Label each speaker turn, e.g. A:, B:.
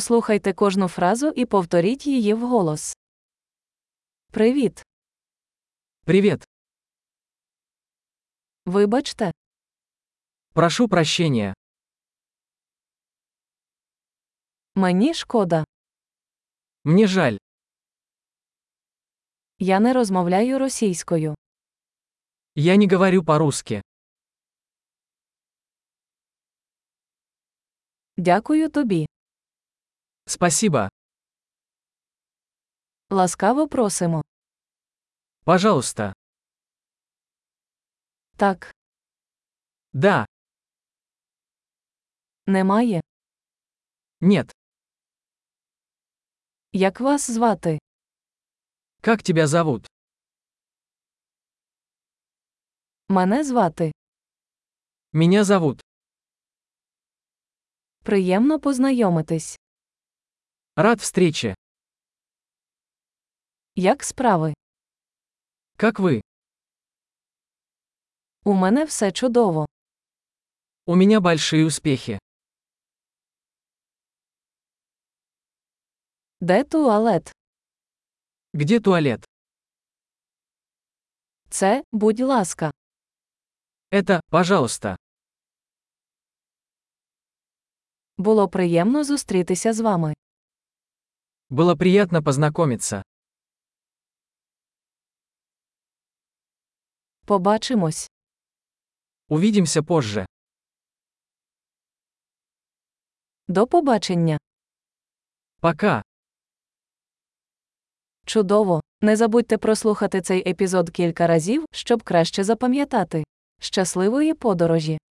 A: Послухайте кожну фразу і повторіть її вголос. Привіт.
B: Привет.
A: Вибачте.
B: Прошу прощения.
A: Мені шкода.
B: Мне жаль.
A: Я не розмовляю російською.
B: Я не говорю по-русски.
A: Дякую тобі.
B: Спасибо.
A: Ласкаво просимо.
B: Пожалуйста.
A: Так,
B: Да.
A: немає.
B: Нет.
A: Як вас звати?
B: Как тебя зовут?
A: Мене звати.
B: Меня зовут.
A: Приємно познайомитись.
B: Рад встрече.
A: Як справи?
B: Как вы?
A: У мене все чудово.
B: У меня большие успехи.
A: Де туалет?
B: Где туалет?
A: Це, будь ласка.
B: Это, пожалуйста.
A: Було приємно зустрітися з вами.
B: Было приятно познакомиться.
A: Побачимось.
B: Увидимся позже.
A: До побачення.
B: Пока.
A: Чудово! Не забудьте прослухати цей епізод кілька разів, щоб краще запам'ятати. Щасливої подорожі!